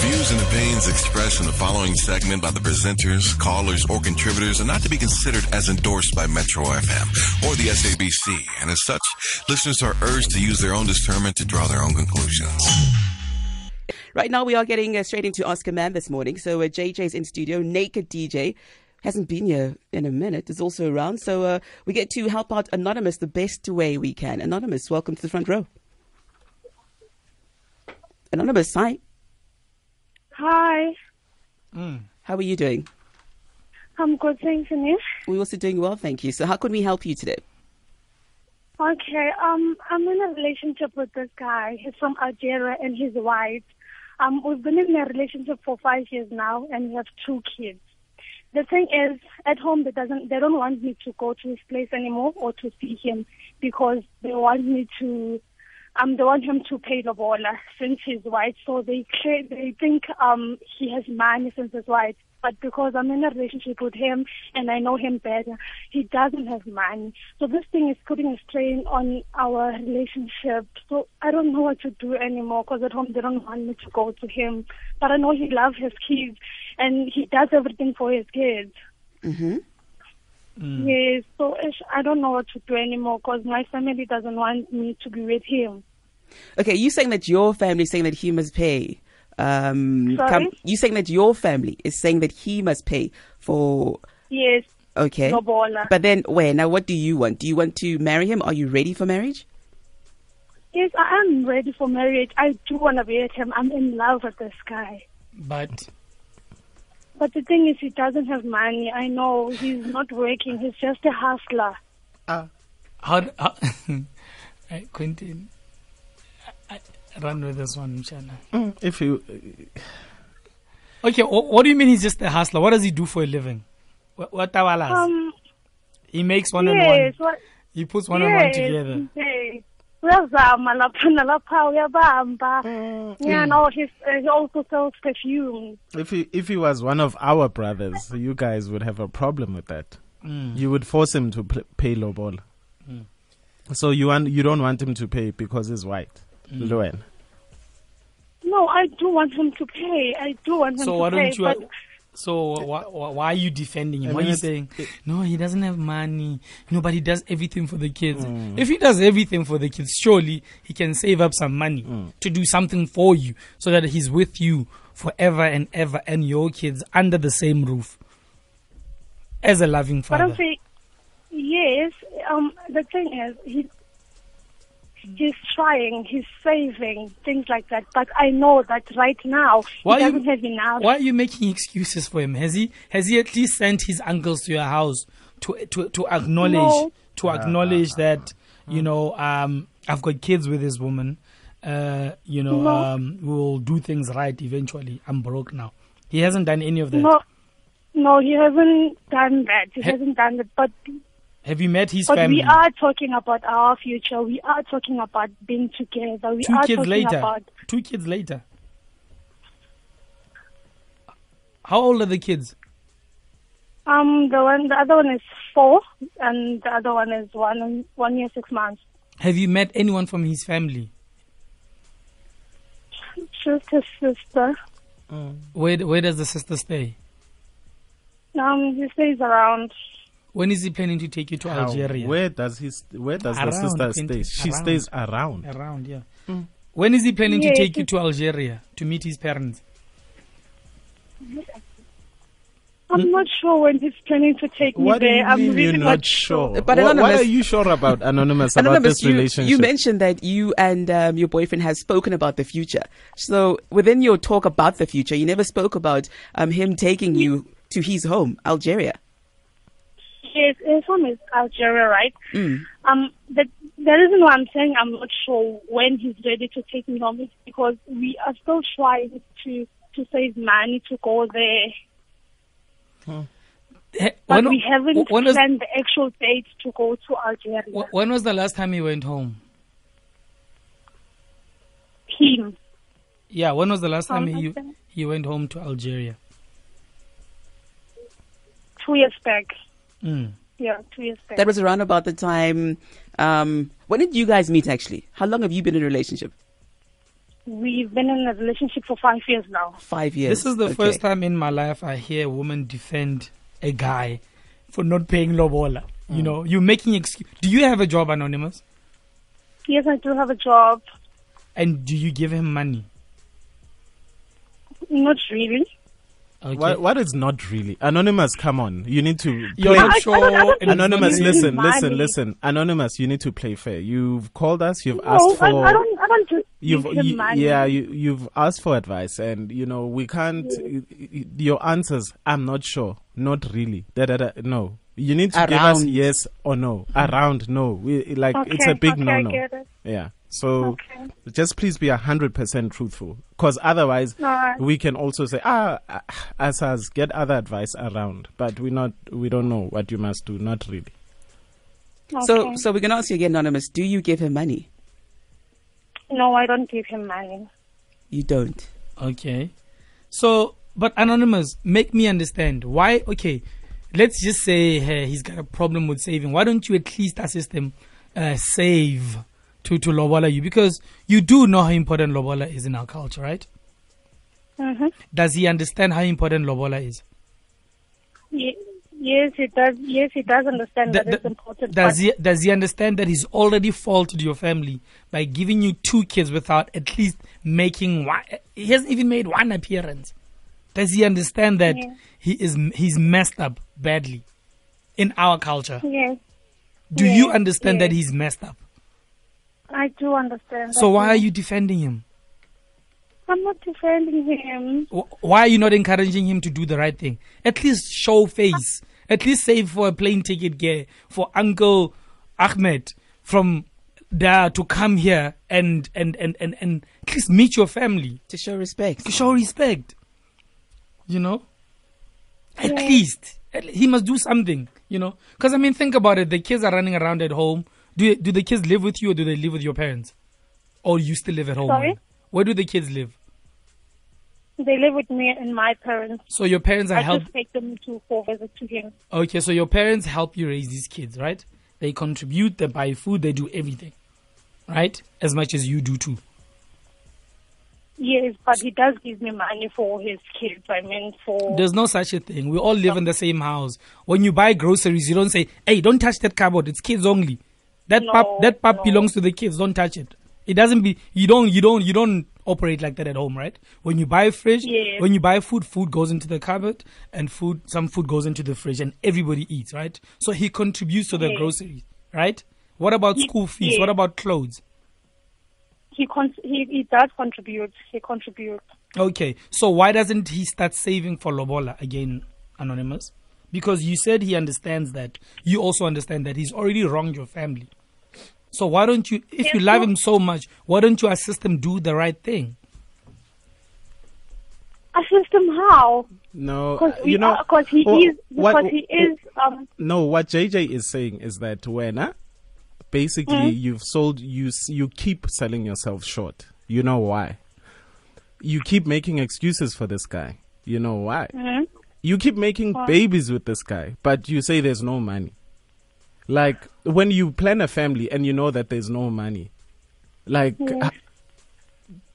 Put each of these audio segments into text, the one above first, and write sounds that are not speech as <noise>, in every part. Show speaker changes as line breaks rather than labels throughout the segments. views and opinions expressed in the following segment by the presenters, callers, or contributors are not to be considered as endorsed by Metro FM or the SABC, and as such, listeners are urged to use their own discernment to draw their own conclusions.
Right now, we are getting uh, straight into Oscar Man this morning. So uh, JJ's in studio, naked DJ. Hasn't been here in a minute. Is also around. So uh, we get to help out Anonymous the best way we can. Anonymous, welcome to the front row. Anonymous, hi.
Hi,
How are you doing?
I'm good, thanks, and you?
We're also doing well, thank you. So how can we help you today?
Okay, um, I'm in a relationship with this guy. He's from Algeria and he's white. Um, we've been in a relationship for five years now, and we have two kids. The thing is, at home they doesn't they don't want me to go to his place anymore or to see him because they want me to, um, they want him to pay the baller since he's white. So they clear, they think um he has money since he's white. But because I'm in a relationship with him and I know him better, he doesn't have money. So this thing is putting a strain on our relationship. So I don't know what to do anymore because at home they don't want me to go to him. But I know he loves his kids and he does everything for his kids.
Mm-hmm.
Yes, so ish, I don't know what to do anymore because my family doesn't want me to be with him.
Okay, you saying that your family is saying that he must pay. Um,
Sorry?
you saying that your family is saying that he must pay for.
Yes,
Okay.
no baller.
But then, where now? What do you want? Do you want to marry him? Are you ready for marriage?
yes, I am ready for marriage. I do want to be with him. I'm in love with this guy.
But
But the thing is, he doesn't have money. I know he's not working. He's just a hustler.
uh, how, how <laughs> uh, Quentin, I, I run with this one, Mshana.
Mm, If you,
Okay, wh- what do you mean he's just a hustler? What does he do for a living? Wh- What tawalas?
Um,
he makes one on one.
yes, what,
He puts one on one
yes,
together.
yes. Uyazama lapha nalapha
Mm.
uyabamba. Yeah, no, he's, uh, he also sells perfume.
if he, if he was one of our brothers, you guys would have a problem with that.
Mm.
You would force him to pl- pay lowball. So you want you don't want him to pay because he's white, mm.
No, I do want him to pay. I do want him
So
to
why
pay.
don't you? uh,
but
so why, why, why are you defending him?
I
Why are
mean,
you
it's-
saying
it-
no? He doesn't have money. No, but he does everything for the kids.
Mm.
If he does everything for the kids, surely he can save up some money
Mm.
to do something for you, so that he's with you forever and ever, and your kids under the same roof as a loving
but
father.
I'm saying, yes. Um, the thing is, he he's trying, he's saving things like that. But I know that right now
Why
he
you-
doesn't have enough.
Why are you making excuses for him? Has he has he at least sent his uncles to your house to to to acknowledge
No.
to acknowledge that you know um I've got kids with this woman, uh you know
No.
um we'll do things right eventually. I'm broke now. He hasn't done any of that.
No, no, he hasn't done that. He
Ha-
hasn't done that. But
Have you met his
but
family?
we are talking about our future. We are talking about being together. We
Two
are
kids
talking
later.
about
Two kids later. How old are the kids?
um the one. The other one is four, and the other one is one one year six months.
Have you met anyone from his family?
Just his sister.
Where where does the sister stay?
Um, he stays around.
When is he planning to take you to Algeria?
Where does he? St- where does
Around,
the sister stay?
Quentin,
She
around.
stays around.
around yeah when is he planning to
Yes,
take you
Mm. it's-
to algeria to meet his parents
I'm not sure when he's planning to take me
Hmm? What do
there.
you
I'm
mean
really
you're not sure?
But
what, what
Anonymous-
are you sure about anonymous about
Anonymous,
this
you,
relationship?
you mentioned that you and um, your boyfriend has spoken about the future. So within your talk about the future, you never spoke about um, him taking you to his home, Algeria.
Yes, his home is Algeria, right?
Hmm.
Um, the the reason why I'm saying I'm not sure when he's ready to take me home is because we are still trying to to save money to go there,
Eh,
but
when,
we haven't
when was,
planned the actual date to go to Algeria.
wh- when was the last time he went home
Him.
yeah when was the last time
Um, I
he,
think-
he went home to algeria
two years back.
Mm.
Yeah, two years back.
That was around about the time. Um, when did you guys meet? Actually, how long have you been in a relationship?
We've been in a relationship for five years now.
Five years.
This is the
Okay.
first time in my life I hear a woman defend a guy for not paying lobola. You know, you're making excuse. Do you have a job, Anonymous?
Yes, I do have a job.
And do you give him money?
Not really.
Okay.
Why, what is not really anonymous? Come on, you need to.
You're
play-
not
I- I don't- I
sure.
don't
it is
Anonymous,
money.
really
listen, listen,
money.
listen. Anonymous, you need to play fair. You've called us. You've
no,
asked for.
I, I don't. I don't do
You've
give him
you,
money.
yeah, you, you've asked for advice, and you know we can't. y- y- Your answers, I'm not sure. Not really. Da, da, da, no, you need to give us
Around.
yes or no. Around no, we, like it's a
Okay,
big
okay,
no
I
no.
get it.
Yeah. So
Okay.
just please be hundred percent truthful, because otherwise
Alright.
we can also say ah, ah, asas get other advice around, but we not we don't know what you must do. Not really.
So,
Okay.
so we can ask you again, anonymous. Do you give him money?
no, I don't give him money.
You don't.
Okay. So, but Anonymous, make me understand why. Okay, let's just say hey, he's got a problem with saving. Why don't you at least assist him uh, save to, to Lobola you? Because you do know how important Lobola is in our culture, right?
Mm-hmm.
Does he understand how important Lobola is?
Ye- yes, he does. Yes, he does understand
Th-
that
th-
it's <laughs> important.
Does
but
he, does he understand that he's already faulted your family by giving you two kids without at least making one? He hasn't even made one appearance. Does he understand that
Yeah.
he is he's messed up badly in our culture?
Yes,
Do
Yeah,
you understand that
yeah.
he's messed up?
I do understand. that.
So why are you defending him?
I'm not defending him.
Wh- Why are you not encouraging him to do the right thing? At least show face. At least save for a plane ticket gear for Uncle Ahmed from there to come here and and and and, and at least meet your family.
To show respect.
Show respect. You know? At
Yeah.
least. At le- he must do something, you know? Because, I mean, think about it. The kids are running around at home. Do, do the kids live with you or do they live with your parents? Or you still live at home?
Sorry?
man? Where do the kids live?
They live with me and my parents.
So your parents are
I
help.
just take them to for visit to him.
Okay, so your parents help you raise these kids, right? They contribute, they buy food, they do everything, right? As much as you do too.
Yes, but he does give me money for his kids. I mean, for
There's no such a thing. We all live in the same house. When you buy groceries, you don't say, "Hey, don't touch that cupboard. It's kids only. That
No,
pap, that pap
no.
belongs to the kids. Don't touch it." It doesn't be. You don't. You don't. You don't operate like that at home, right? When you buy a fridge,
Yes.
when you buy food, food goes into the cupboard, and food some food goes into the fridge, and everybody eats, right? So he contributes to the
Yes.
groceries, right? What about
Ye-
school fees?
yes.
What about clothes?
he con- he he does contribute. He contributes.
Okay, so why doesn't he start saving for Lobola again, Anonymous? Because you said he understands that. You also understand that he's already wronged your family. So why don't you, if you
Yes,
love
no.
him so much, why don't you assist him do the right thing?
Assist him how?
No, uh,
Because
you know,
because he
wh-
is because
what- oh,
he is um.
No, what JJ is saying is that when uh, basically
Hmm?
you've sold, you s- you keep selling yourself short. You know why? You keep making excuses for this guy. You know why?
Mm-hmm.
mhm.
You keep making babies with this guy, but you say there's no money. Like when you plan a family and you know that there's no money, like h-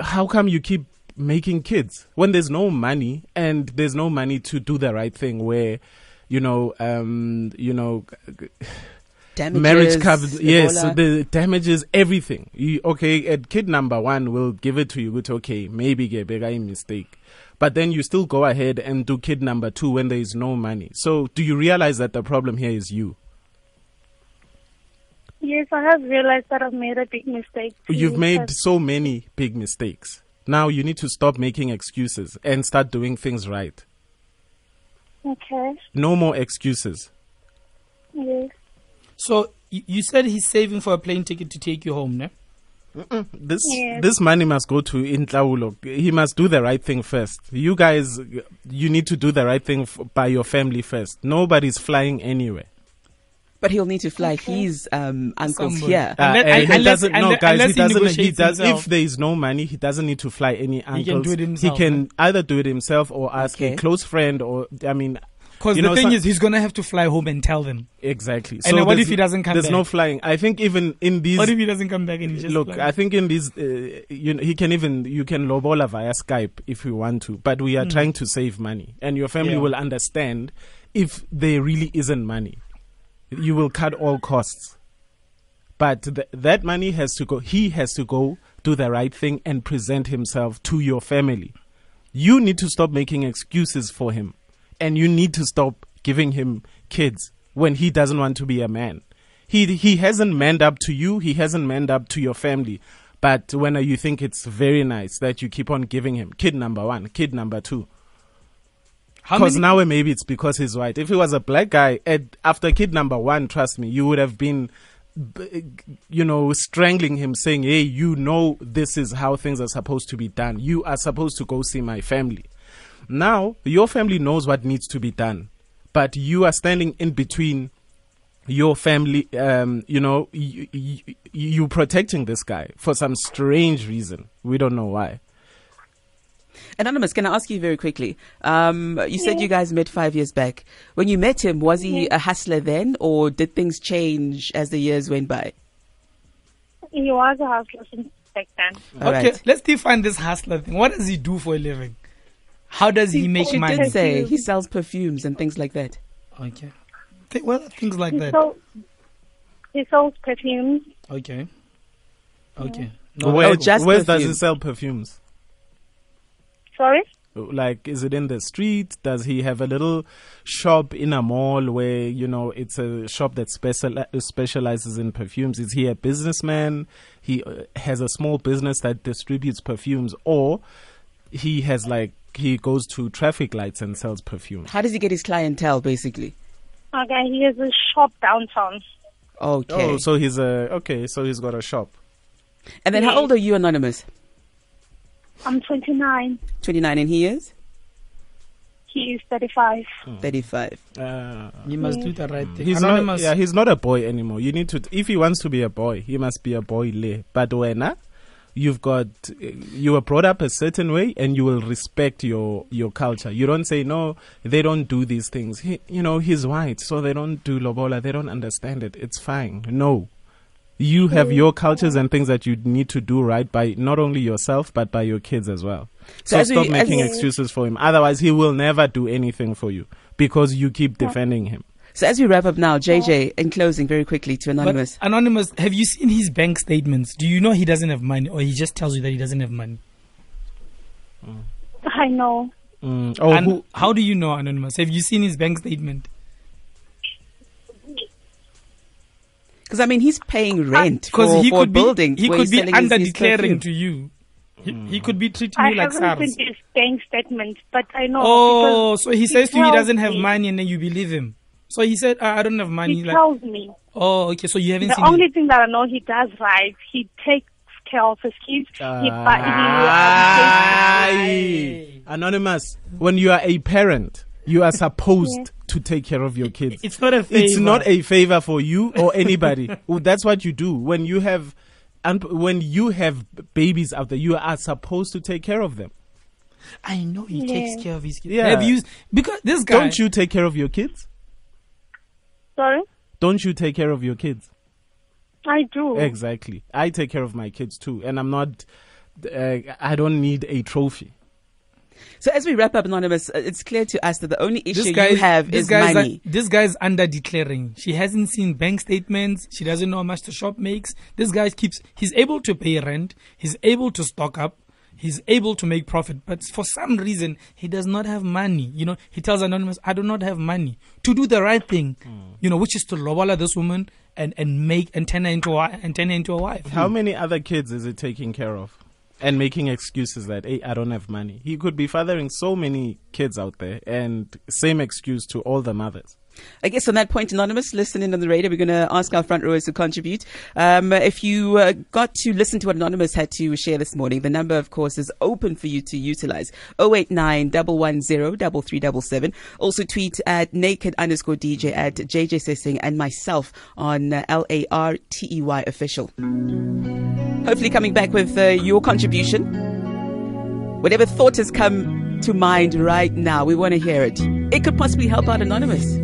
how come you keep making kids when there's no money and there's no money to do the right thing where you know um you know
Damages,
marriage covers yes
Ebola.
so the damages everything you, okay at kid number one we'll give it to you it's okay maybe get bigger mistake but then you still go ahead and do kid number two when there is no money so do you realize that the problem here is you
Yes, I have realized that I've made a big mistake. too,
You've made
because-
so many big mistakes. Now you need to stop making excuses and start doing things right.
okay.
No more excuses.
Yes.
So you, you said he's saving for a plane ticket to take you home, ne?
This
Yes.
this money must go to Intlaulo. He must do the right thing first. You guys, you need to do the right thing f- by your family first. Nobody's flying anywhere.
But he'll need to fly his um, uncles
Somebody.
here.
Uh, Unless-
and he
unless-
doesn't. No,
unless-
guys,
unless
he
he
doesn't. He
negotiates
does.
himself.
If there is no money, he doesn't need to fly any uncles.
do it himself,
He can either do it himself or ask a
Okay.
close friend, or I mean,
Because
You
the
know,
thing
some-
is, he's gonna have to fly home and tell them.
Exactly.
And then what
there's-
if he doesn't come
There's no
back?
flying. I think even in these.
What if he doesn't come back and he just
Look,
like-
I think in these, uh, you know, he can even you can lobola via Skype if you want to, but we are trying to save money, and your family
Mm. Yeah.
will understand if there really isn't money. You will cut all costs, but th- that money has to go. He has to go do the right thing and present himself to your family. You need to stop making excuses for him, and you need to stop giving him kids when he doesn't want to be a man. He he hasn't manned up to you. He hasn't manned up to your family. But when you think it's very nice that you keep on giving him kid number one, kid number two,
how
because
many,
now maybe it's because he's white. If he was a black guy, at, after kid number one, trust me, you would have been, b- you know, strangling him, saying, "Hey, you know, this is how things are supposed to be done. You are supposed to go see my family." Now your family knows what needs to be done, but you are standing in between your family. Um, you know, you, you, you protecting this guy for some strange reason. We don't know why.
Anonymous, can I ask you very quickly? Um, you said you guys met five years back. When you met him, was he a hustler then, or did things change as the years went by?
He was a house lesson back then.
All
okay,
right.
let's define this hustler thing. What does he do for a living? How does he make
She
money?
did say he sells perfumes and things like that.
Okay. Th- well, things like
He
that.
sold, he sold perfumes.
Okay. Okay.
where
Oh, just
where does he
perfume.
sell perfumes?
Sorry?
like is it in the street does he have a little shop in a mall where you know it's a shop that special uh, specializes in perfumes is he a businessman he uh, has a small business that distributes perfumes or he has like he goes to traffic lights and sells perfume
How does he get his clientele, basically?
Okay, he has a shop downtown.
Okay.
oh so he's a okay so he's got a shop
and then how old are you, Anonymous?
I'm 29.
29 and he is?
He is 35.
Hmm.
35.
uh,
You must do the right thing.
He's
Anonymous.
not. Yeah, he's not a boy anymore. You need to. If he wants to be a boy, he must be a boy. Le. But when uh, you've got, eh, you were brought up a certain way, and you will respect your your culture. You don't say no. They don't do these things. He, you know, he's white, so they don't do lobola. They don't understand it. It's fine. No. You
Mm.
have your cultures and things that you need to do right by not only yourself but by your kids as well.
So
So,
as we-
stop
as-
making excuses for him. Otherwise, he will never do anything for you because you keep defending him.
So as we wrap up now, JJ,
Oh.
in closing, very quickly to
But
Anonymous.
Anonymous, have you seen his bank statements? Do you know he doesn't have money or he just tells you that he doesn't have money?
I know.
Mm. Oh,
and
who,
how do you know, Anonymous? Have you seen his bank statement?
Because, I mean, he's paying rent for,
Ah, Because he
for a
could
building.
be he
where
could
he's
be
selling his-
under
his perfume.
declaring to you. He,
Hmm.
he could be treating
I
you like
haven't
SARS.
seen his bank statement, but I know.
Oh,
because
so he says to you he
tells
doesn't have
me-
money and then you believe him. So he said, "Ah, I don't have money.
He
like,
tells me.
oh, okay. So you haven't
The
seen
only
it.
thing that I know he does right, he takes care of his kids. he, buy- he,
Ah.
um, takes-
Aye. Anonymous, when you are a parent, you are supposed to take care of your kids.
It's not a
It's
favor.
not a favor for you or anybody.
<laughs>
Well, That's what you do when you have, and when you have babies out there, you are supposed to take care of them.
I know he takes care of his kids.
Yeah.
Have you because this guy
Don't you take care of your kids?
Sorry?
Don't you take care of your kids?
I
Oh.
do.
Eh,
Exactly. I take care of my kids too, and I'm not. Uh, I don't need a trophy.
So as we wrap up, Anonymous, uh, it's clear to us that the only
this
issue
guy
you have
this
is
guy's
money.
this guy's under declaring. She hasn't seen bank statements. She doesn't know how much the shop makes. This guy keeps. He's able to pay rent. He's able to stock up. He's able to make profit, but for some reason he does not have money. You know, he tells anonymous, "I do not have money to do the right thing."
Hmm.
You know, which is to lobola this woman and and make and turn her into a, wi- and turn her into a wife.
How many other kids is it taking care of? And making excuses that, hey, I don't have money. He could be fathering so many kids out there, and same excuse to all the mothers.
I guess on that point, Anonymous, listen in on the radio. We're going to ask our front rowers to contribute. Um, if you uh, got to listen to what Anonymous had to share this morning, the number, of course, is open for you to utilize. 089 110 3377. Also tweet at naked underscore DJ at JJ Sessing and myself on uh, L-A-R-T-E-Y E official. Hopefully coming back with uh, your contribution. Whatever thought has come to mind right now, we want to hear it. it could possibly help out Anonymous.